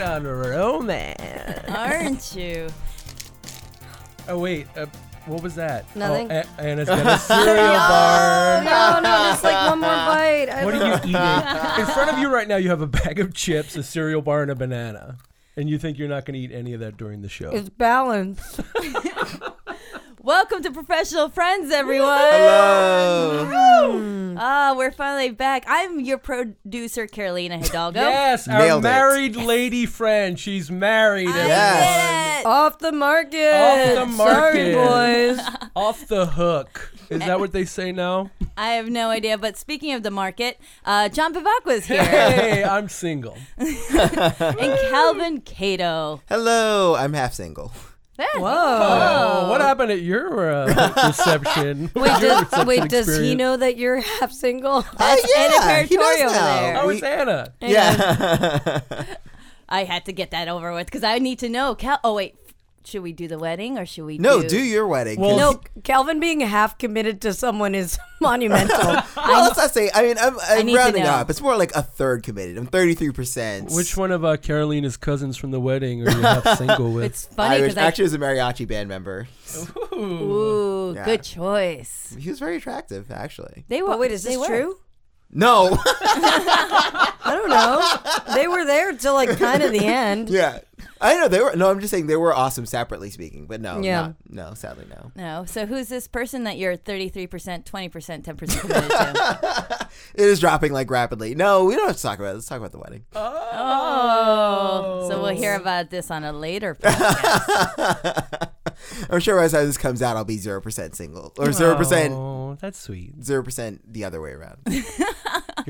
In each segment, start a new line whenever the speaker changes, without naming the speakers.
on romance.
Aren't you?
Oh wait, uh, what was that?
Nothing.
Oh, A- Anna's got a cereal bar.
Oh, No, no, just like one more bite. I
What
don't-
are you eating? In front of you right now, you have a bag of chips, a cereal bar, and a banana, and you think you're not going to eat any of that during the show.
It's balance.
Welcome to Professional Friends, everyone.
Hello.
Ah, we're finally back. I'm your producer, Carolina Hidalgo.
Yes, our
Nailed it.
married lady friend. She's married.
I
Yes.
did it.
Off the market.
Off the market.
Sorry, boys.
and off the hook. Is that what they say now?
I have no idea, but speaking of the market, uh, John Pivakwa's here
Hey, I'm single.
and Calvin Cato.
Hello. I'm half single.
Whoa.
Oh, what happened at your uh, reception?
Wait,
Your
does,
reception
wait does he
experience?
know that you're half single?
That's
Oh, yeah,
Anna
he does
Territorio over
now.
there.
Oh, it's Anna.
Yeah.
I had to get that over with because I need to know. Cal- oh wait, should we do the wedding or should we?
no,
do,
do your wedding.
Well,
'cause-
No, Calvin being half committed to someone is monumental.
well, let's not say. I mean, I'm, I'm
need to
rounding
know.
up. It's more like a third committed. I'm 33 percent.
Which one of uh, Carolina's cousins from the wedding are you half single with?
It's funny
Irish.
because I. Oh.
Actually, was a mariachi band member.
ooh,
Yeah.
good choice.
He was very attractive, actually.
They were.
but wait, is this
they were.
true?
No.
I don't know. They were there till like kind of the end.
yeah. I know they were. No, I'm just saying they were awesome separately speaking, but no.
Yeah.
Not, no, sadly, no.
No. So who's this person that you're 33%, 20%, 10% committed to?
It is dropping like rapidly. No, we don't have to talk about it. Let's talk about the wedding.
oh. So we'll hear about this on a later podcast.
I'm sure by the time this comes out, I'll be 0% single or 0%.
Oh, that's sweet.
0% the other way around.
You're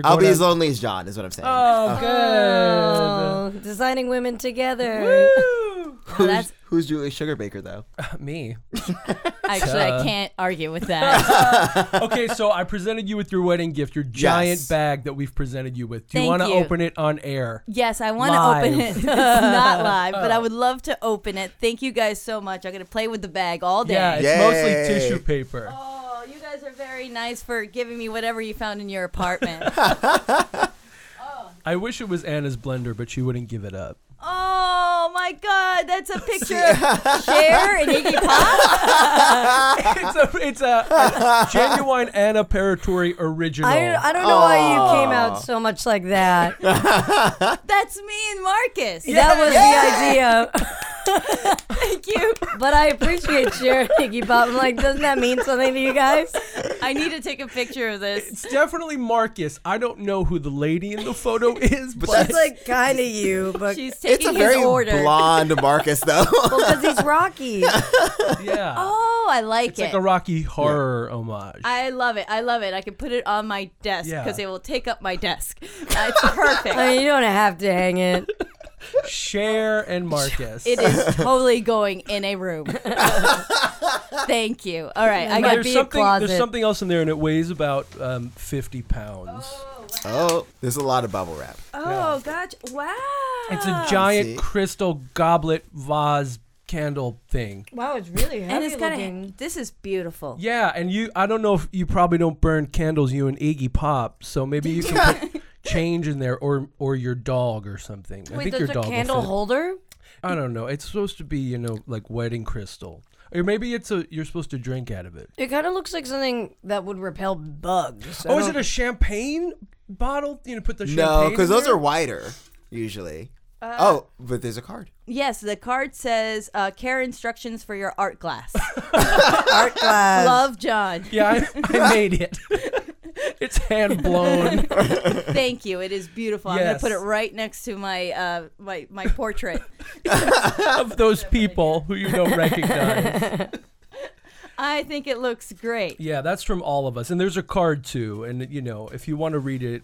I'll
going
be
on-
as lonely as John, is what I'm saying.
Oh, good.
Oh, designing women together.
Well,
who's,
that's,
who's Julie Sugarbaker, though?
Me.
actually, I can't argue with that.
Okay, so I presented you with your wedding gift, your giant
Yes.
bag that we've presented you with. Do you
Thank
want to
you.
open it on air?
yes, I want to
Live. Oh.
open it. It's not live, but I would love to open it. Thank you guys so much. I'm going to play with the bag all day.
Yeah, it's
Yay.
mostly tissue paper.
Oh, you guys are very nice for giving me whatever you found in your apartment.
I wish it was Anna's blender, but she wouldn't give it up.
oh my God, that's a picture of Cher and Iggy Pop.
it's a, it's a, a genuine Anna Paratori original.
I, I don't know why you came out so much like that.
That's me and Marcus.
That was the idea.
Thank you.
But I appreciate sharing Iggy Pop. I'm like, doesn't that mean something to you guys?
I need to take a picture of this.
it's definitely Marcus. I don't know who the lady in the photo is, but
That's like kind of you, but
She's
It's
taking
a
his
very
order.
blonde Marcus, though.
because he's Rocky.
yeah.
Oh, I like
it's
it.
like a Rocky Horror homage.
I love it. I love it. I can put it on my desk
Yeah.
because it will take up my desk. It's perfect.
I mean, you don't have to hang it.
Cher and Marcus.
It is totally going in a room. Thank you. All right, I
Might
got
be
there's
a
something, there's
closet.
something else in there, and it weighs about um, 50 pounds.
oh, there's a lot of bubble wrap.
Oh, gotcha. Wow.
It's a giant
See?
crystal goblet vase candle thing.
Wow, it's really heavy
And it's got a,
looking.
this is beautiful.
Yeah, and you, I don't know if you probably don't burn candles, you and Iggy Pop, so maybe you can put change in there or or your dog or something. I think your dog. will fit.
holder?
I don't know. It's supposed to be, you know, like wedding crystal. Or maybe it's a you're supposed to drink out of it.
It kind of looks like something that would repel bugs.
Oh, is it a champagne bottle? You know, put the champagne.
No, because
in
those
there?
are wider, usually. oh, but there's a card.
Yes, the card says uh, care instructions for your art glass.
art glass?
Love John.
Yeah, I, I made it. it's hand blown.
Thank you. It is beautiful. I'm gonna
Yes.
put it right next to my uh, my my portrait.
of those people who you don't recognize.
I think it looks great.
Yeah, that's from all of us. And there's a card too. And you know, if you want to read it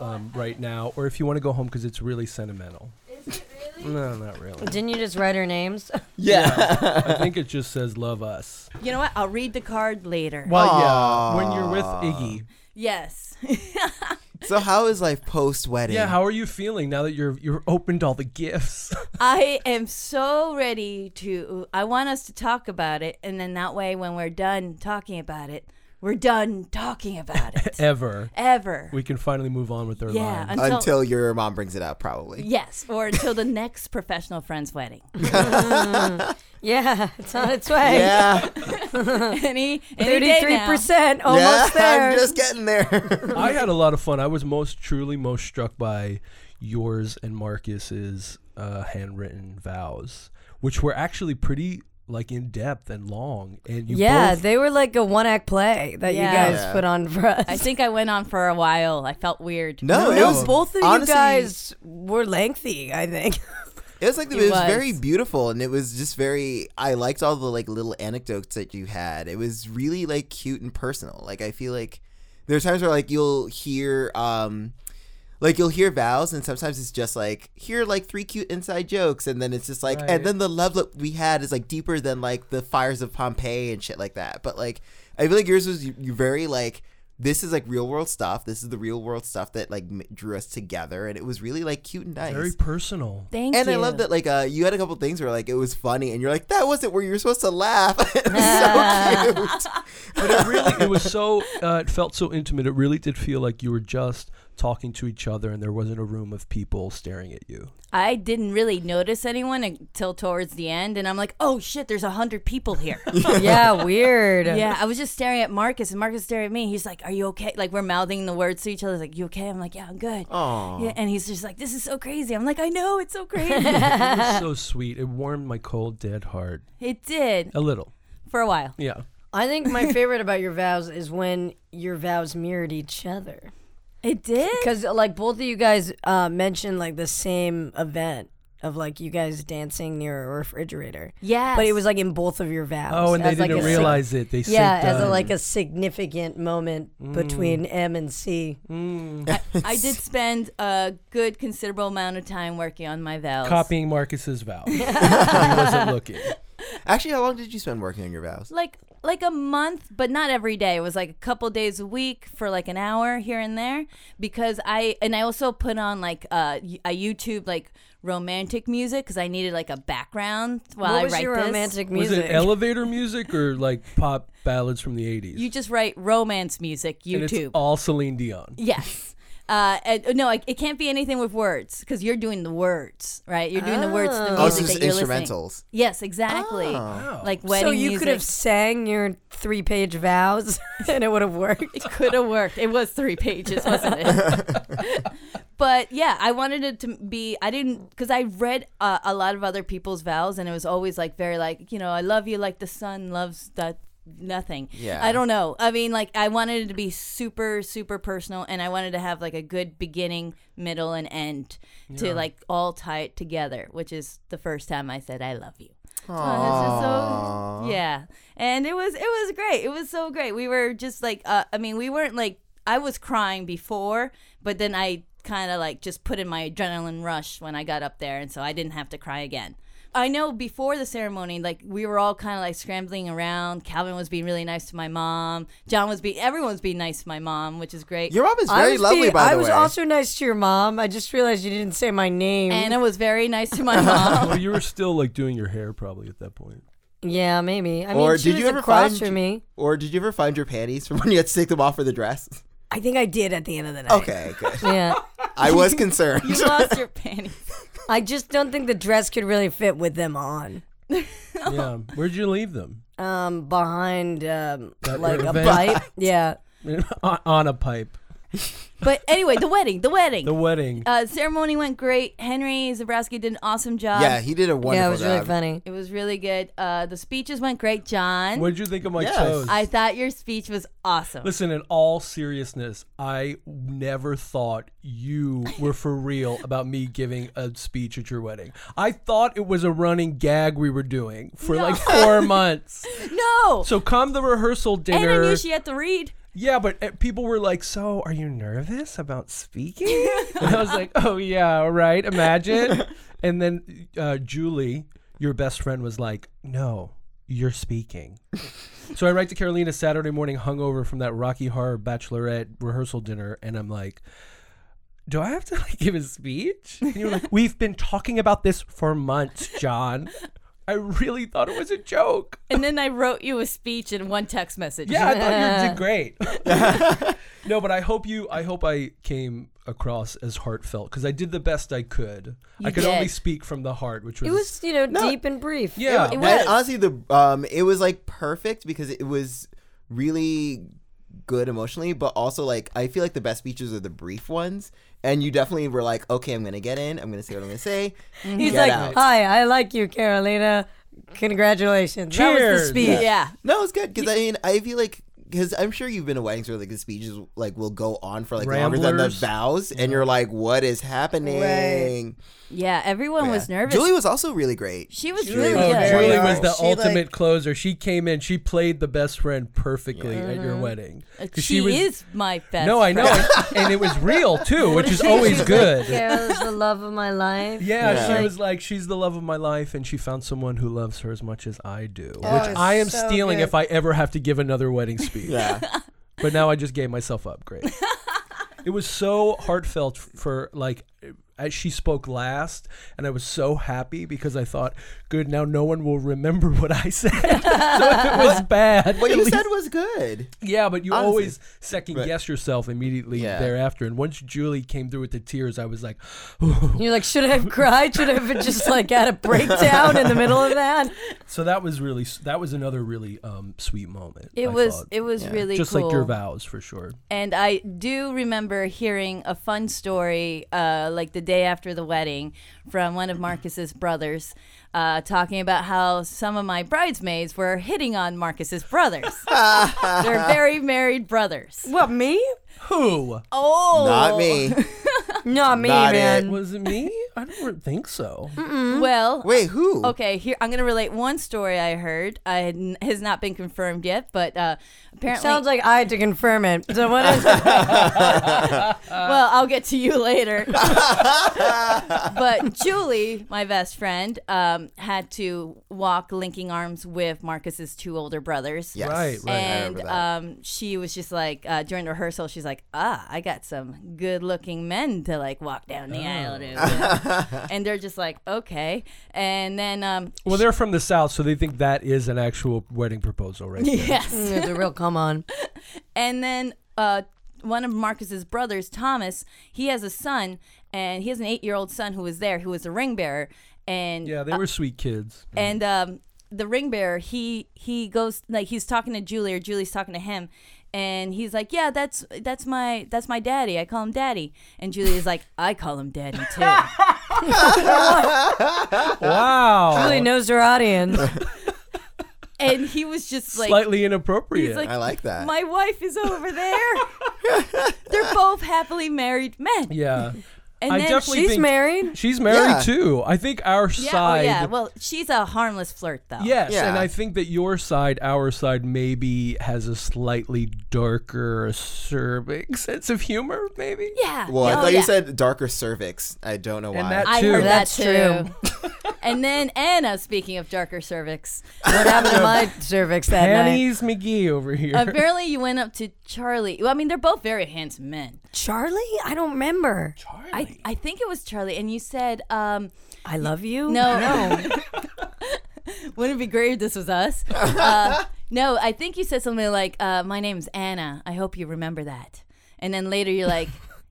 um, right now, or if you want to go home because it's really sentimental.
Is it really?
No, not really.
Didn't you just write her names?
Yeah.
I think it just says "Love Us."
You know what? I'll read the card later.
Well, yeah, when you're with Iggy.
Yes.
so, how is life post wedding?
Yeah, how are you feeling now that you're you're opened all the gifts?
I am so ready to. I want us to talk about it, and then that way, when we're done talking about it, we're done talking about it
ever.
ever.
We can finally move on with our
yeah,
lives.
until,
until your mom brings it up, probably.
yes, or until the next professional friend's wedding.
Yeah, it's on its way.
Yeah,
any any day
Thirty-three
now.
percent, almost
yeah,
there.
I'm just getting there.
I had a lot of fun. I was most truly most struck by yours and Marcus's uh, handwritten vows, which were actually pretty like in depth and long. And you
yeah,
both,
they were like a one-act play that you
Yeah.
guys
Yeah.
put on for us.
I think I went on for a while. I felt weird.
no, it
No,
was
both of
honestly,
you guys were lengthy. I think.
It was like it,
It
was,
was.
very beautiful, and it was just very. I liked all the like little anecdotes that you had. It was really like cute and personal. Like I feel like there are times where like you'll hear, um, like you'll hear vows, and sometimes it's just like here are, like three cute inside jokes, and then it's just like,
Right.
and then the love that we had is like deeper than like the fires of Pompeii and shit like that. But like I feel like yours was you, you very like. This is like real world stuff. This is the real world stuff that like m- drew us together, and it was really like cute and nice.
very personal.
Thank
And
you.
I love that, like, uh, you had a couple things where, like, it was funny, and you're like, that wasn't where you were supposed to laugh. It was so cute.
But it really, it was so, uh, it felt so intimate. It really did feel like you were just talking to each other, and there wasn't a room of people staring at you.
I didn't really notice anyone until towards the end, and I'm like, oh shit, there's a hundred people here.
yeah, weird.
yeah, I was just staring at Marcus, and Marcus stared at me. He's like, "Are you okay?" Like we're mouthing the words to each other. He's like, "You okay?" I'm like, "Yeah, I'm good."
Aw.
Yeah, and he's just like, "This is so crazy." I'm like, "I know, it's so crazy."
It was so sweet. It warmed my cold, dead heart
it did
a little.
for a while.
Yeah.
I think my favorite about your vows is when your vows mirrored each other.
It did.
Because like both of you guys uh, mentioned like the same event of like you guys dancing near a refrigerator.
Yeah,
But it was like in both of your vows.
Oh, and they
as, like,
didn't
a sig-
realize it. They
Yeah,
synced
as a,
up.
like a significant moment
Mm.
between M and C.
I did spend a good considerable amount of time working on my vows.
copying Marcus's vows. he wasn't looking.
Actually, how long did you spend working on your
Oh,
vows?
Like like a month, but not every day. It was like a couple days a week for like an hour here and there because I and I also put on like uh, y- a YouTube like romantic music because I needed like a background while
what
I
was
write
your
this.
romantic
Was
music?
it elevator music or like pop ballads from the 80s?
You just write romance music
and it's
YouTube.
all Celine Dion.
yes. Uh, and, no, it it can't be anything with words because you're doing the words, right? You're doing the words. to The
Oh,
music
so it's
that you're listening.
instrumentals.
Yes, exactly. Like wedding.
Oh. so you could have
music.
sang your three-page vows, and it would have worked.
It could have worked. It was three pages, wasn't it? but yeah, I wanted it to be. I didn't because I read uh, a lot of other people's vows, and it was always like very like you know I love you like the sun loves that nothing.
Yeah.
I don't know. I mean, like I wanted it to be super super personal, and I wanted to have like a good beginning, middle, and end to like all tie it together, which is the first time I said I love you. So it's just so- yeah, and it was it was great. It was so great. We were just like, uh, I mean, we weren't like I was crying before, but then I kind of like just put in my adrenaline rush when I got up there, and so I didn't have to cry again. I know before the ceremony, like we were all kind of like scrambling around. Calvin was being really nice to my mom. John was being everyone's being nice to my mom, which is great.
Your mom is
I
very
was
lovely,
being-
by
I
the
was
way.
also nice to your mom. I just realized you didn't say my name.
Anna was very nice to my mom.
Well, you were still like doing your hair probably at that point.
yeah, maybe. I mean,
Or
she
did
was
you ever
across
find
from me.
Or did you ever find your panties from when you had to take them off for the dress?
I think I did at the end of the night.
Okay, good.
Yeah.
I was concerned.
you lost your panties.
I just don't think the dress could really fit with them on.
Yeah. Where'd you leave them?
Um, behind um, like a
ribbon.
pipe. Yeah.
on, on a pipe.
But anyway, the wedding, the wedding.
The wedding.
uh, ceremony went great. Henry Zabrowski did an awesome job.
yeah, he did a wonderful
yeah, it was really
job.
funny.
It was really good. Uh, the speeches went great, John.
What'd you think of my
Yes.
toes?
I thought your speech was awesome.
Listen, in all seriousness, I never thought you were for real about me giving a speech at your wedding. I thought it was a running gag we were doing for like four months.
No!
So come the rehearsal
and
dinner.
I knew she had to read.
Yeah, but uh, people were like, "So, are you nervous about speaking?" and I was like, "Oh yeah, all right. Imagine." and then uh, Julie, your best friend, was like, "No, you're speaking." so I write to Carolina Saturday morning, hungover from that Rocky Horror Bachelorette rehearsal dinner, and I'm like. Do I have to like give a speech? And you're like, we've been talking about this for months, John. I really thought it was a joke.
And then I wrote you a speech in one text message.
Yeah, I thought you did great. no, but I hope you. I hope I came across as heartfelt because I did the best I could. I could only
did.
speak from the heart, which was,
It was, you know, deep and brief.
yeah.
it
And
was.
honestly, the um, it was like perfect because it was really good emotionally, but also like I feel like the best speeches are the brief ones. And you definitely were like, okay, I'm gonna get in. I'm gonna say what I'm gonna say.
He's
Mm-hmm.
Get
like,
out.
"Hi, I like you, Carolina. Congratulations." That was
Cheers.
the speech.
Yeah.
No, it's good because I mean I feel like because I'm sure you've been to weddings where like the speeches like will go on for like longer than the
Ramblers.
vows, and you're like, what is happening?
Yeah. Everyone was
Yeah.
nervous.
Julie was also really great.
she was
Julie
really
was
Oh,
good.
Julie
Yeah.
was the
She, like-
ultimate closer. She came in. She played the best friend perfectly at your wedding. 'Cause
Uh, She,
was-
is my best.
No, I know,
friend.
and- and it was real too, which is always
She's
good.
Like, Carol is the love of my life.
Yeah,
Yeah.
she was like, she's the love of my life, and she found someone who loves her as much as I do, which
it's
I am
so
stealing
good.
if I ever have to give another wedding speech.
Yeah,
But now I just gave myself up. Great. it was so heartfelt for like. As she spoke last, and I was so happy because I thought, "Good, now no one will remember what I said." so if it was bad,
what
at
you
least-
said was good.
yeah, but you
Honestly.
always second guess yourself immediately
Yeah.
thereafter. And once Julie came through with the tears, I was like,
You're like, should I have cried? Should I have just like had a breakdown in the middle of that?
So that was really that was another really um, sweet moment.
It
I
was.
thought.
It was really
just
cool.
like your vows for sure.
And I do remember hearing a fun story, uh, like the day after the wedding, from one of Marcus's brothers, uh, talking about how some of my bridesmaids were hitting on Marcus's brothers. They're very married brothers.
What me?
Who
Oh,
Not me.
Not me,
Not it.
man.
was it? Me? I don't think so.
Well,
Wait, who?
Okay, here I'm gonna relate one story I heard. I had, n- has not been confirmed yet, but uh, apparently,
Sounds like I had to confirm it. So what is it?
well, I'll get to you later. but Julie, my best friend, um, had to walk linking arms with Marcus's two older brothers.
Yes.
Right, right.
I
And
remember that.
um, she was just like uh, during rehearsal, she's like, "Ah, I got some good-looking men to like walk down
Oh.
the aisle to," and they're just like, "Okay." And then, um,
Well, they're from the south, so they think that is an actual wedding proposal, right? there.
yes,
It's a real come on.
And then uh, one of Marcus's brothers, Thomas, he has a son, and he has an eight-year-old son who was there, who was a ring bearer, and
Yeah, they were sweet kids.
and um, the ring bearer, he he goes like he's talking to Julie or Julie's talking to him, and he's like, yeah, that's that's my that's my daddy. I call him daddy, and Julie is like, I call him daddy too.
Uh,
Wow,
Really knows her audience.
and he was just like,
slightly inappropriate.
he's like,
I like that.
my wife is over there. They're both happily married men.
yeah,
And
I
then
definitely
She's
think-
married.
she's married
Yeah.
too. I think our
Yeah,
side.
oh, yeah. Well, she's a harmless flirt, though.
Yes, and
Yeah.
I think that your side, our side, maybe has a slightly darker, acerbic sense of humor, maybe.
Yeah.
well, I
Oh,
thought
yeah.
you said darker cervix. I don't know
And
why.
that-
I
too.
heard
That's
that too. and then Anna, speaking of darker cervix,
What happened to my cervix that night?
Annie's McGee over here.
apparently you went up to Charlie. Well, I mean, they're both very handsome men.
Charlie? I don't remember.
I, I think it was Charlie, and you said, um,
I love you.
no, no. Wouldn't it be great if this was us? Uh, no, I think you said something like, uh, "My name's Anna. I hope you remember that." And then later you're like,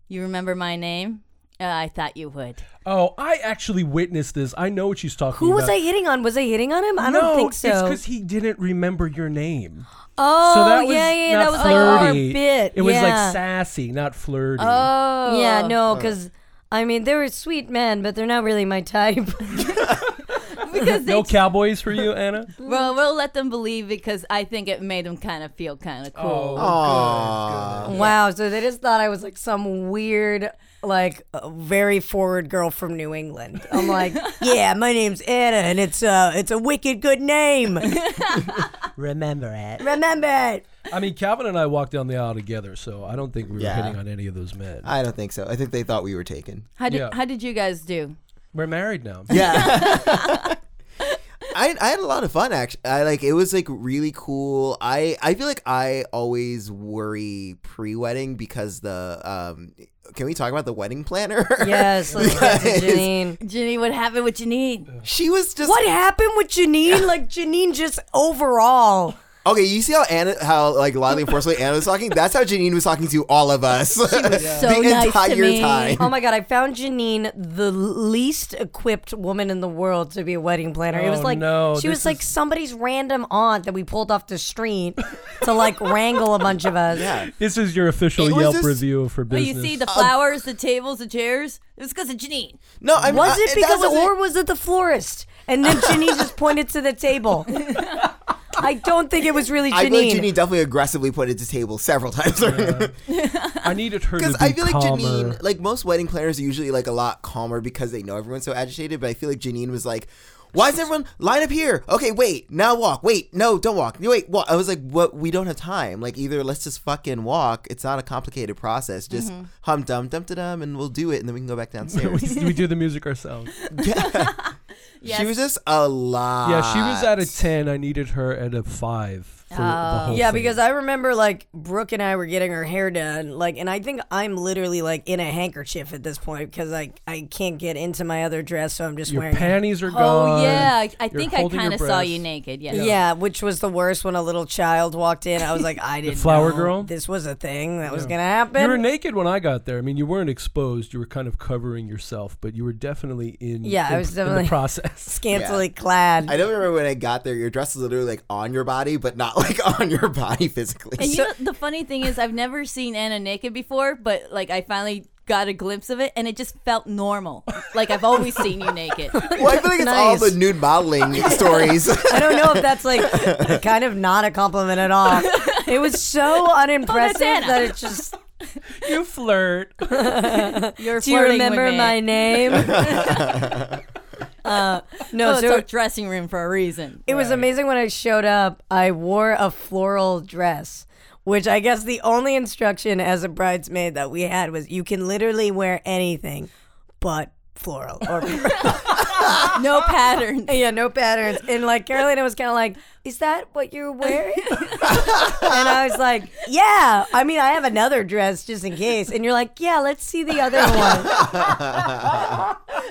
"You remember my name? Uh, I thought you would."
Oh, I actually witnessed this. I know what she's talking
Who
about.
was I hitting on? Was I hitting on him? I
no,
don't think
it's
so.
because he didn't remember your name.
oh,
so that was
yeah, yeah,
not
that was like our
flirty.
bit.
It was
yeah.
like sassy, not flirty.
Oh,
Yeah, no, because I mean they were sweet men, but they're not really my type.
because they
no cowboys for you, Anna.
Well, we'll let them believe because I think it made them kind of feel kind
Oh,
of cool.
Oh, Aw.
wow, so they just thought I was like some weird, like uh, very forward girl from New England. I'm like, yeah, my name's Anna, and it's uh, it's a wicked good name.
Remember it.
Remember it.
I mean, Calvin and I walked down the aisle together, so I don't think we were
Yeah.
hitting on any of those men.
I don't think so. I think they thought we were taken.
How did
Yeah.
how did you guys do?
we're married now.
Yeah. I, I had a lot of fun actually. I like it was like really cool. I I feel like I always worry pre-wedding because the um can we talk about the wedding planner?
Yes, let's get to
Because
Janine.
Jenny, what happened? What you need?
She was just
What happened with Janine? Like Janine just overall.
okay. You see how Anna, how like loudly and forcefully Anna was talking? That's how Janine was talking to all of us
so
the
nice to
entire
me.
time.
Oh my god, I found Janine the least equipped woman in the world to be a wedding planner. it was
Oh,
like
no,
she
this
was like somebody's random aunt that we pulled off the street to like wrangle a bunch of us.
yeah.
This is your official
It was
Yelp
just-
review for
Well,
business. Uh,
you see the flowers, the tables, the chairs. It was because of Janine.
No, I'm
Was
I-
it
that
because
wasn't-
or was it the florist? And then Janine just pointed to the table. I don't think it was really
I
Janine.
feel like Janine definitely aggressively put it to table several times.
I needed her to be
Because I feel like
calmer.
Janine, like most wedding planners, are usually like a lot calmer because they know everyone's so agitated. But I feel like Janine was like, "Why is everyone line up here? Okay, wait, now walk. Wait, no, don't walk. You Wait, walk." I was like, "What? We don't have time. Like either let's just fucking walk. It's not a complicated process. Just
Mm-hmm.
hum dum dum da dum, and we'll do it, and then we can go back downstairs."
we, we do the music ourselves.
She was just a lot.
Yeah, she was at a ten. I needed her at a five. For the whole
Oh. Yeah,
thing.
because I remember like Brooke and I were getting her hair done, like, and I think I'm literally like in a handkerchief at this point because I I can't get into my other dress, so I'm just
your
wearing.
panties are gone.
Oh yeah, I, I
You're
think I
holding your
kind of saw you
breasts.
naked. Yes.
yeah. which was the worst when a little child walked in. I was like, I didn't.
flower
know
girl?
This was a thing that was gonna
You were
happen.
naked when I got there. I mean, you weren't exposed. You were kind of covering yourself, but you were definitely in.
Yeah, I
in-
was
in
definitely-
the process.
Scantily clad.
I don't remember when I got there. Your dress was literally like on your body, but not like on your body physically.
And you know, the funny thing is, I've never seen Anna naked before, but like I finally got a glimpse of it, and it just felt normal. Like I've always seen you naked.
well, I feel like it's all
Nice.
the nude modeling stories.
I don't know if that's like kind of not a compliment at all. It was so unimpressive
Anna.
that it just.
you flirt.
You're
Do you
flirting with
remember
me.
my name? uh, no,
Oh, it's
so
our dressing room for a reason.
It was amazing when I showed up. I wore a floral dress, which I guess the only instruction as a bridesmaid that we had was you can literally wear anything but floral or
No pattern.
yeah, no patterns. And like Carolina was kind of like, "Is that what you're wearing?" and I was like, "Yeah. I mean, I have another dress just in case." And you're like, "Yeah, let's see the other one."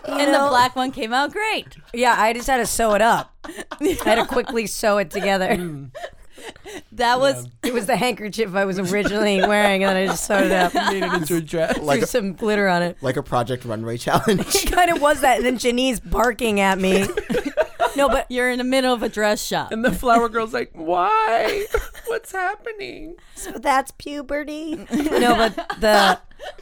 and the black one came out great.
yeah, I just had to sew it up. I had to quickly sew it together.
That was
It was the handkerchief I was originally wearing, and then I just sewed it up,
Made it into a dress.
like
threw some glitter on it.
like a Project Runway challenge.
It kind of was that. And then Janine's barking at me. No, but
you're in the middle of a dress shop.
and the flower girl's like, "Why? What's happening?"
so that's puberty. No, but the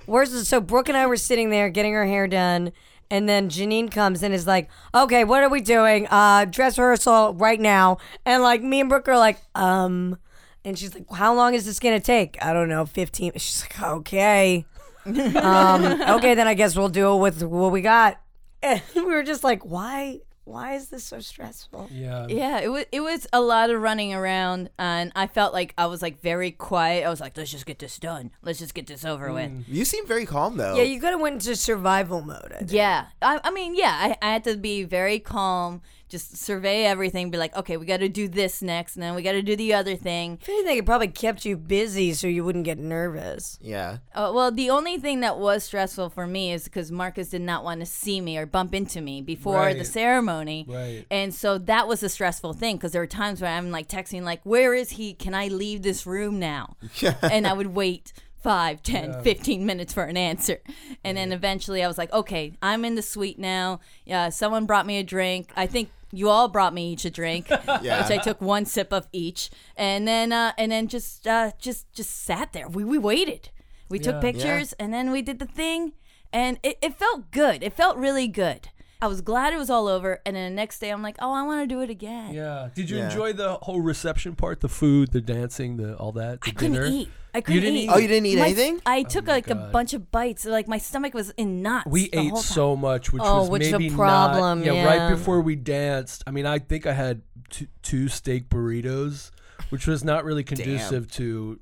worst is so Brooke and I were sitting there getting her hair done. And then Janine comes and is like, okay, what are we doing? Uh, dress rehearsal right now. And like me and Brooke are like, um, and she's like, how long is this going to take? I don't know, 15. She's like, okay. um, okay, then I guess we'll do it with what we got. And we were just like, why, why is this so stressful?
Yeah.
Yeah, it was it was a lot of running around, and I felt like I was like very quiet. I was like, let's just get this done. Let's just get this
Hmm.
over with.
you seem very calm though.
Yeah, you could have went into survival mode. I think.
Yeah, I, I mean, yeah, I, I had to be very calm, just survey everything, be like, okay, we got to do this next, and then we got to do the other thing.
If anything, it probably kept you busy so you wouldn't get nervous.
yeah.
Uh, well, the only thing that was stressful for me is because Marcus did not want to see me or bump into me before the
Right.
ceremony.
Right.
And so that was a stressful thing because there were times where I'm like texting, like, where is he? Can I leave this room now? and I would wait. five, ten, fifteen minutes for an answer. And then eventually I was like, okay, I'm in the suite now. Yeah, someone brought me a drink. I think you all brought me each a drink, which I took one sip of each. And then uh, and then just uh, just just sat there. We, we waited. We took pictures and then we did the thing. And it, it felt good. It felt really good. I was glad it was all over. And then the next day I'm like, oh, I want to do it again.
Yeah. Did you
Yeah.
enjoy the whole reception part? The food, the dancing, the all that. The
I couldn't
dinner.
eat. I couldn't
didn't eat?
eat.
Oh, you Oh
didn't eat
My-
anything?
I took like a
God.
bunch of bites. Like my stomach was in knots.
We
the
ate
whole time.
so much, which
Oh,
was
which is a
maybe
problem,
Not, yeah,
yeah.
right before we danced. I mean, I think I had two, two steak burritos, which was not really conducive to.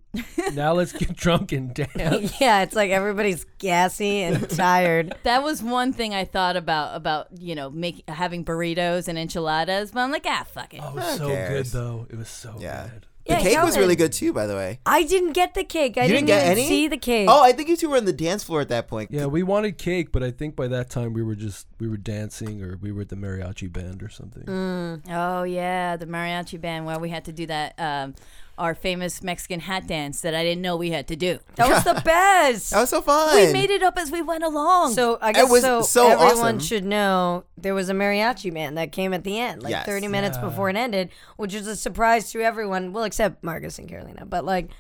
Now let's get drunk and dance.
Yeah, it's like everybody's gassy and tired.
That was one thing I thought about about you know make, having burritos and enchiladas, but I'm like ah fuck it.
Oh, it was so good
cares?
though. It was so
Yeah.
good.
The
Yeah,
cake was
Kelvin.
really good too, by the way.
I didn't get the cake. I
you
didn't,
didn't get
even
any.
see the cake.
Oh, I think you two were on the dance floor at that point.
Yeah, we wanted cake, but I think by that time we were just we were dancing or we were at the mariachi band or something.
Mm.
Oh yeah, the mariachi band where we had to do that um, our famous Mexican hat dance that I didn't know we had to do.
that was the best.
that was so fun.
We made it up as we went along.
So I guess
was
so,
so
everyone
awesome.
should know there was a mariachi band that came at the end, like
Yes.
30 minutes before it ended, which was a surprise to everyone, well, except Marcus and Carolina. But like,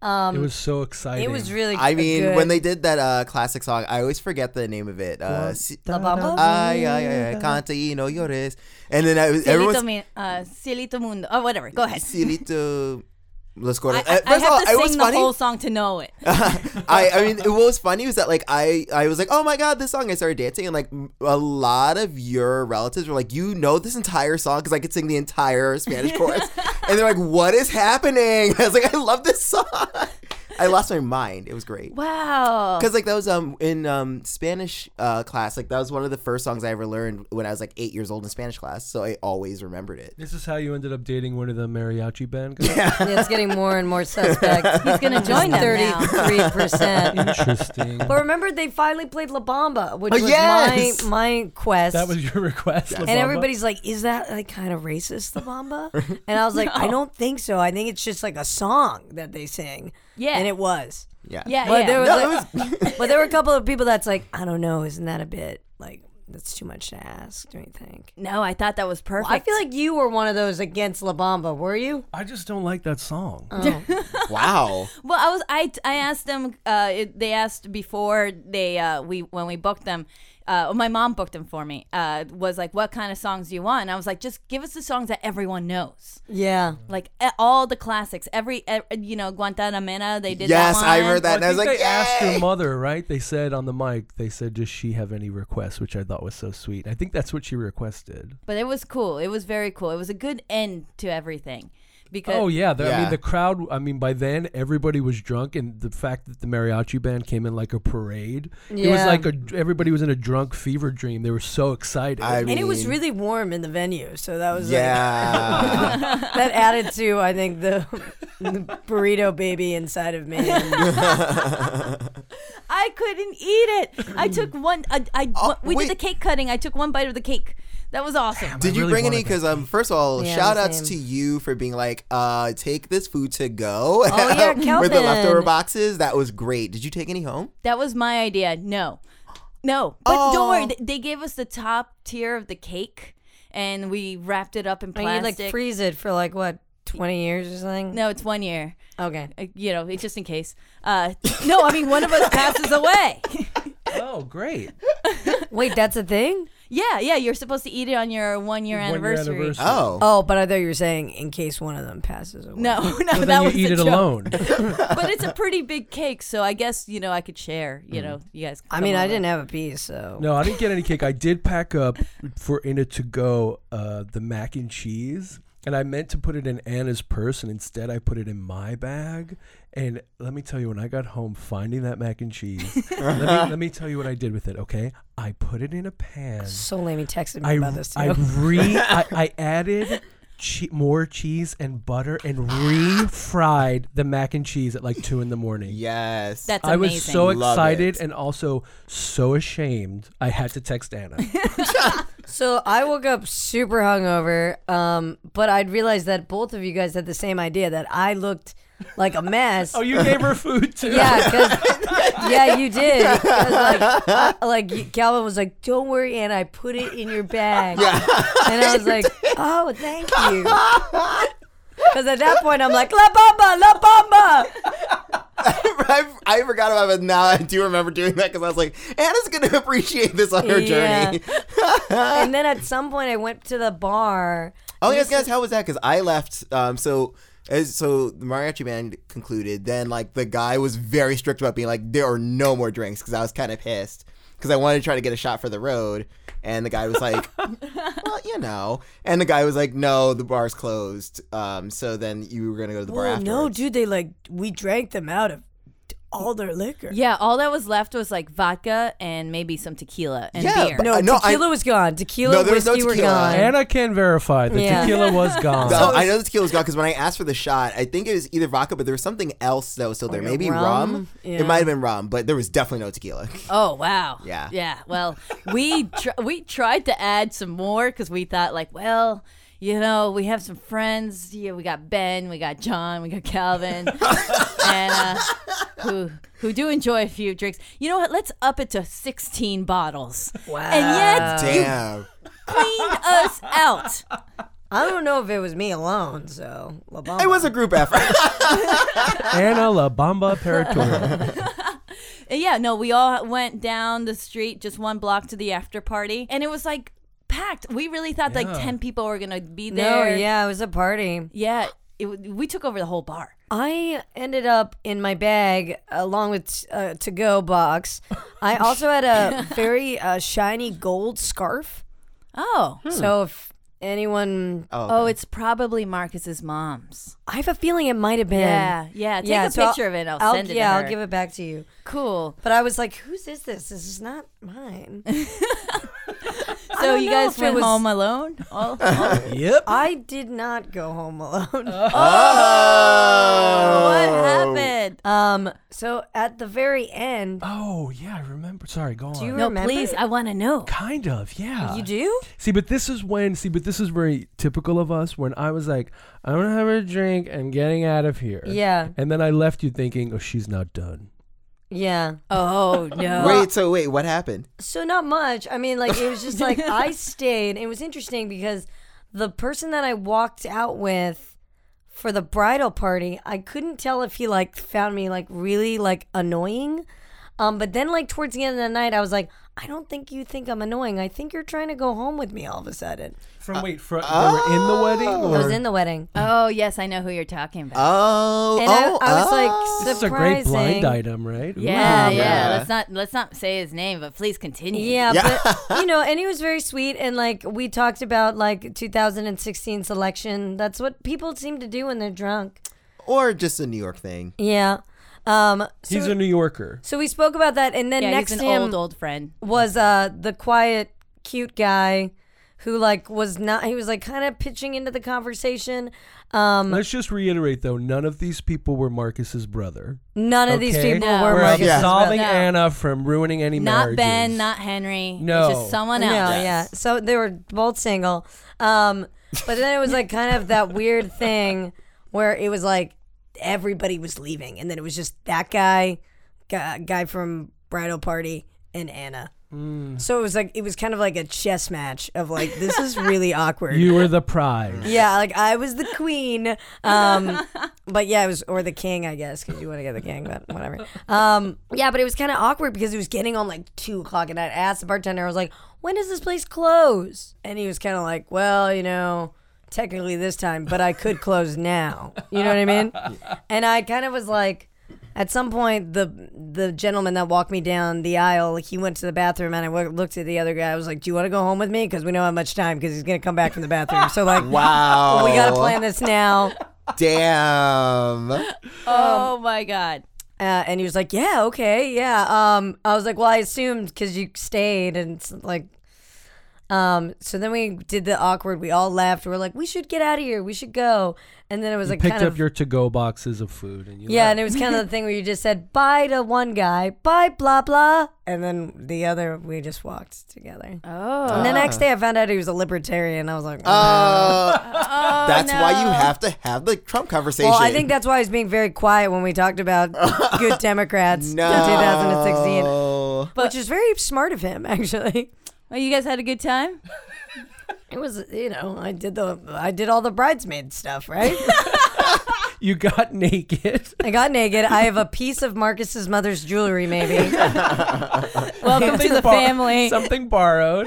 um,
It was so exciting.
it was really.
I
a
mean,
good-
when they did that uh, classic song, I always forget the name of it. Uh, si-
La Bamba?
ay, ay, ay, ay, canta y no llores. And then I was
Cielito,
everyone's
mi- uh, Cielito Mundo. Oh, whatever. Go ahead.
Cielito Los
I,
Cortes.
I,
Uh,
I have
First of all,
to
it
sing
was
the
funny.
whole song to know it.
I, I mean, it was funny was that like I, I was like, oh my god, this song. I started dancing, and like m- a lot of your relatives were like, you know this entire song because I could sing the entire Spanish chorus, and they're like, what is happening? I was like, I love this song. I lost my mind. It was great.
Wow.
Because like that was um in um Spanish uh, class, like that was one of the first songs I ever learned when I was like eight years old in Spanish class, so I always remembered it.
This is how you ended up dating one of the mariachi band guys.
Yeah, it's getting more and more suspect. He's
gonna join them now.
Thirty-three percent.
Interesting.
But remember, they finally played La Bamba, which
Oh,
was
yes!
my my quest.
that was your request. La
and
Bamba?
everybody's like, "Is that like kind of racist, La Bamba?" And I was like, "I don't think so. I think it's just like a song that they sing."
Yeah.
and it was.
Yeah.
yeah,
But
yeah.
there was,
No,
like-
it was
but there were a couple of people that's like, I don't know, isn't that a bit like that's too much to ask? Don't you think?
no, I thought that was perfect.
I feel like you were one of those against La Bamba, were you?
I just don't like that song.
wow.
Well, I was I I asked them. Uh, it, they asked before they uh, we when we booked them. Uh, my mom booked them for me. Uh, was like, what kind of songs do you want? And I was like, just give us the songs that everyone knows,
Yeah.
like e- all the classics. Every e- you know, Guantanamera. They did.
Yes,
that
I
one.
heard that, and I was
think
like,
they asked
"Yay!"
her mother, right? They said on the mic, they said, "Does she have any requests?" Which I thought was so sweet. I think that's what she requested.
But it was cool. It was very cool. It was a good end to everything. Because
Oh yeah, the, I
Yeah.
mean the crowd. I mean by then everybody was drunk, and the fact that the mariachi band came in like a parade, it was
Yeah.
like a, everybody was in a drunk fever dream. They were so excited.
I mean,
And it was really warm in the venue, so that was
yeah.
like, that added to I think the, the burrito baby inside of me.
I couldn't eat it. I took one. I, I
Oh,
we
wait.
did the cake cutting. I took one bite of the cake. That was awesome.
Did you
really
bring any?
wanted that.
Because um, first of all,
Yeah,
shout outs
same.
to you for being like, uh, take this food to go.
Oh, yeah,
with the leftover
Kelvin.
boxes. That was great. Did you take any home?
That was my idea. No, no. But don't
Oh.
worry. th- They gave us the top tier of the cake, and we wrapped it up in
And you
plastic.
like freeze it for like what twenty years or something.
no, it's one year.
Okay.
Uh, You know, it's just in case. Uh, no, I mean one of us passes away.
oh great!
Wait, that's a thing.
yeah, yeah. You're supposed to eat it on your one year
One year
anniversary.
anniversary.
Oh.
Oh, but I thought you were saying in case one of them passes away.
No, no,
So
that
then you
was
eat
a
it
joke.
alone.
But it's a pretty big cake, so I guess you know I could share. You
Mm.
know, you guys.
I
come
mean I
over.
didn't have a piece, so
No, I didn't get any cake. I did pack up for in it to go uh, the mac and cheese, and I meant to put it in Anna's purse, and instead I put it in my bag. And let me tell you, when I got home, finding that mac and cheese, let, me, let me tell you what I did with it. Okay, I put it in a pan.
So Lamy texted me
I
about this too.
I re I, I added. Che- more cheese and butter and refried the mac and cheese at like two in the morning.
Yes.
That's
I
amazing.
was so
Love
excited
it.
and also so ashamed. I had to text Anna.
so I woke up super hungover, um, but I'd realized that both of you guys had the same idea that I looked like a mess.
oh, you gave her food too.
Yeah, 'cause- yeah, you did. 'Cause, Like, I- like you- Calvin was like, "Don't worry, Anna, I put it in your bag." and I was like, "Oh, thank you." Because at that point, I'm like, "La bamba, la bamba."
I, I forgot about it. but Now I do remember doing that because I was like, Anna's going to appreciate this on her
Yeah.
journey.
And then at some point, I went to the bar.
Oh yes, guys, how was that? Because I left. Um, so as so the mariachi band concluded. Then like the guy was very strict about being like, there are no more drinks because I was kind of pissed because I wanted to try to get a shot for the road. And the guy was like, well, you know. And the guy was like, no, the bar's closed. Um, so then you were gonna go to the bar
Well,
afterwards.
no, dude, they like we drank them out of
all their liquor.
Yeah, all that was left was like vodka and maybe some tequila and
Yeah,
beer.
but-
No,
Uh, no, I-
tequila was gone. Tequila,
No, there was no
whiskey were
tequila.
gone.
Anna can verify the
Yeah.
tequila was gone.
No, I know the tequila was gone because when I asked for the shot, I think it was either vodka, but there was something else that was still there.
Like a
Maybe
rum?
rum.
Yeah.
It might have been rum, but there was definitely no tequila.
Oh wow.
Yeah.
Yeah. Well, we tr- we tried to add some more because we thought like, well, you know, we have some friends. Yeah, we got Ben, we got John, we got Calvin, and uh, who who do enjoy a few drinks. You know what? Let's up it to sixteen bottles. Wow. And yet
Damn.
cleaned us out.
I don't know if it was me alone, so La Bamba.
It was a group effort. Oh,
Anna La Bamba Peritura.
And yeah. No, we all went down the street just one block to the after party, and it was like packed. We really thought like
Yeah.
ten people were gonna be
no,
there.
yeah, it was a party.
Yeah, it, we took over the whole bar.
I ended up in my bag along with uh, to go box. I also had a very uh, shiny gold scarf.
Oh.
So if anyone,
Oh, it's probably Marcus's mom's.
I have a feeling it might have been.
Yeah, yeah. Take a
so I'll-
picture of it. and I'll, send it.
Yeah,
to her.
I'll give it back to you.
Cool.
But I was like, "Whose is this? This is not mine."
So
don't
you
know
guys
if it
went
was-
home alone? All, all-
yep.
I did not go home alone.
What happened?
Um. So at the very end,
Oh yeah, I remember. Sorry, go on.
do you
Oh, no,
remember?
please. I want to know.
kind of, yeah.
You do?
See, but this is when. See, but this is very typical of us. When I was like, I'm gonna have a drink and getting out of here.
Yeah.
And then I left you thinking, oh, she's not done.
Yeah.
Oh
Uh,
no.
wait, so wait, what happened?
So not much. I mean, like it was just like I stayed. It was interesting because the person that I walked out with for the bridal party, I couldn't tell if he like found me like really like annoying. Um, but then like towards the end of the night, I was like, I don't think you think I'm annoying. I think you're trying to go home with me all of a sudden.
From wait, from they were in the wedding. Or? Uh,
I was in the wedding.
Oh yes, I know who you're talking about.
Oh,
And
oh,
I, I was like,
oh.
this is a great blind
surprising.
item, right? Ooh.
yeah, yeah.
Ooh. Yeah.
Let's not let's not say his name, but please continue.
Yeah,
Yeah.
but you know, and he was very sweet, and like we talked about, like 2016 selection. That's what people seem to do when they're drunk.
or just a New York thing.
Yeah. Um. So,
He's a New Yorker.
so we spoke about that, and then
Yeah,
next
he's
to
an
him
old old friend.
was uh the quiet, cute guy, who like was not. He was like kind of pitching into the conversation. Um.
Let's just reiterate, though, none of these people were Marcus's brother.
None of these
Okay.
people
No.
were
We're
Marcus's
Yeah.
absolving
brother.
Anna from ruining any
Not
marriages.
Ben, not Henry.
No.
It's just someone
No,
else.
yeah. So they were both single. Um, but then it was like kind of that weird thing where it was like everybody was leaving, and then it was just that guy, guy, guy from Bridal Party, and Anna. So it was like it was kind of like a chess match of like this is really awkward.
You were the prize.
yeah, like I was the queen, um, but yeah, it was or the king, I guess, because you want to get the king, but whatever. Um, yeah, but it was kind of awkward because it was getting on like two o'clock, and I asked the bartender, I was like, "When does this place close?" And he was kind of like, "Well, you know, technically this time, but I could close now." You know what I mean? And I kind of was like. At some point, the the gentleman that walked me down the aisle, he went to the bathroom, and I w- looked at the other guy. I was like, "Do you want to go home with me? Because we don't have much time, because he's gonna come back from the bathroom." So like,
Wow.
we
Oh.
gotta plan this now.
Damn. Uh,
Um,
Oh my God.
Uh, and he was like, "Yeah, okay, yeah." Um, I was like, "Well, I assumed because you stayed and it's like." Um, so then we did the awkward. We all left. We are like, "We should get out of here. We should go." And then it was like
Picked
kind
up
of
your to-go boxes of food, and you
yeah,
left.
and it was kind of the thing where you just said bye to one guy, bye blah blah, and then the other we just walked together.
Oh.
And the next day, I found out he was a libertarian. I was like, "Oh."
Uh,
Oh,
that's why you
no.
have to have the Trump conversation.
Well, I think that's why I was being very quiet when we talked about good Democrats
no.
in 2016,
But-
which is very smart of him, actually.
Well, Oh, you guys had a good time.
It was, you know, I did the, I did all the bridesmaid stuff, right?
You got naked.
I got naked. I have a piece of Marcus's mother's jewelry, maybe.
Welcome to the
Bar-
family.
Something borrowed.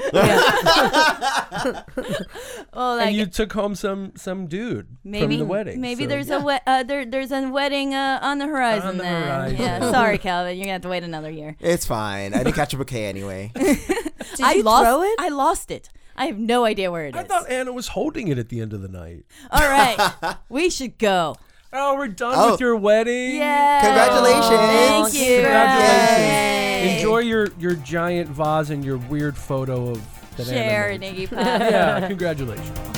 Oh, like
and you took home some some dude
maybe
from the wedding.
Maybe
so-
there's a we- uh, there, there's a wedding uh, on the horizon.
On the
then.
horizon.
Yeah, sorry, Calvin, you're gonna have to wait another year.
It's fine. I didn't catch a bouquet anyway.
Did
I
you
lost
throw it?
I lost it. I have no idea where it is.
I thought Anna was holding it at the end of the night.
All right, we should go.
Oh, we're done
Oh.
with your wedding.
Yeah.
Congratulations.
Thank you.
enjoy your your giant vase and your weird photo of that
Share
anime.
Niggy Pop.
Yeah, congratulations.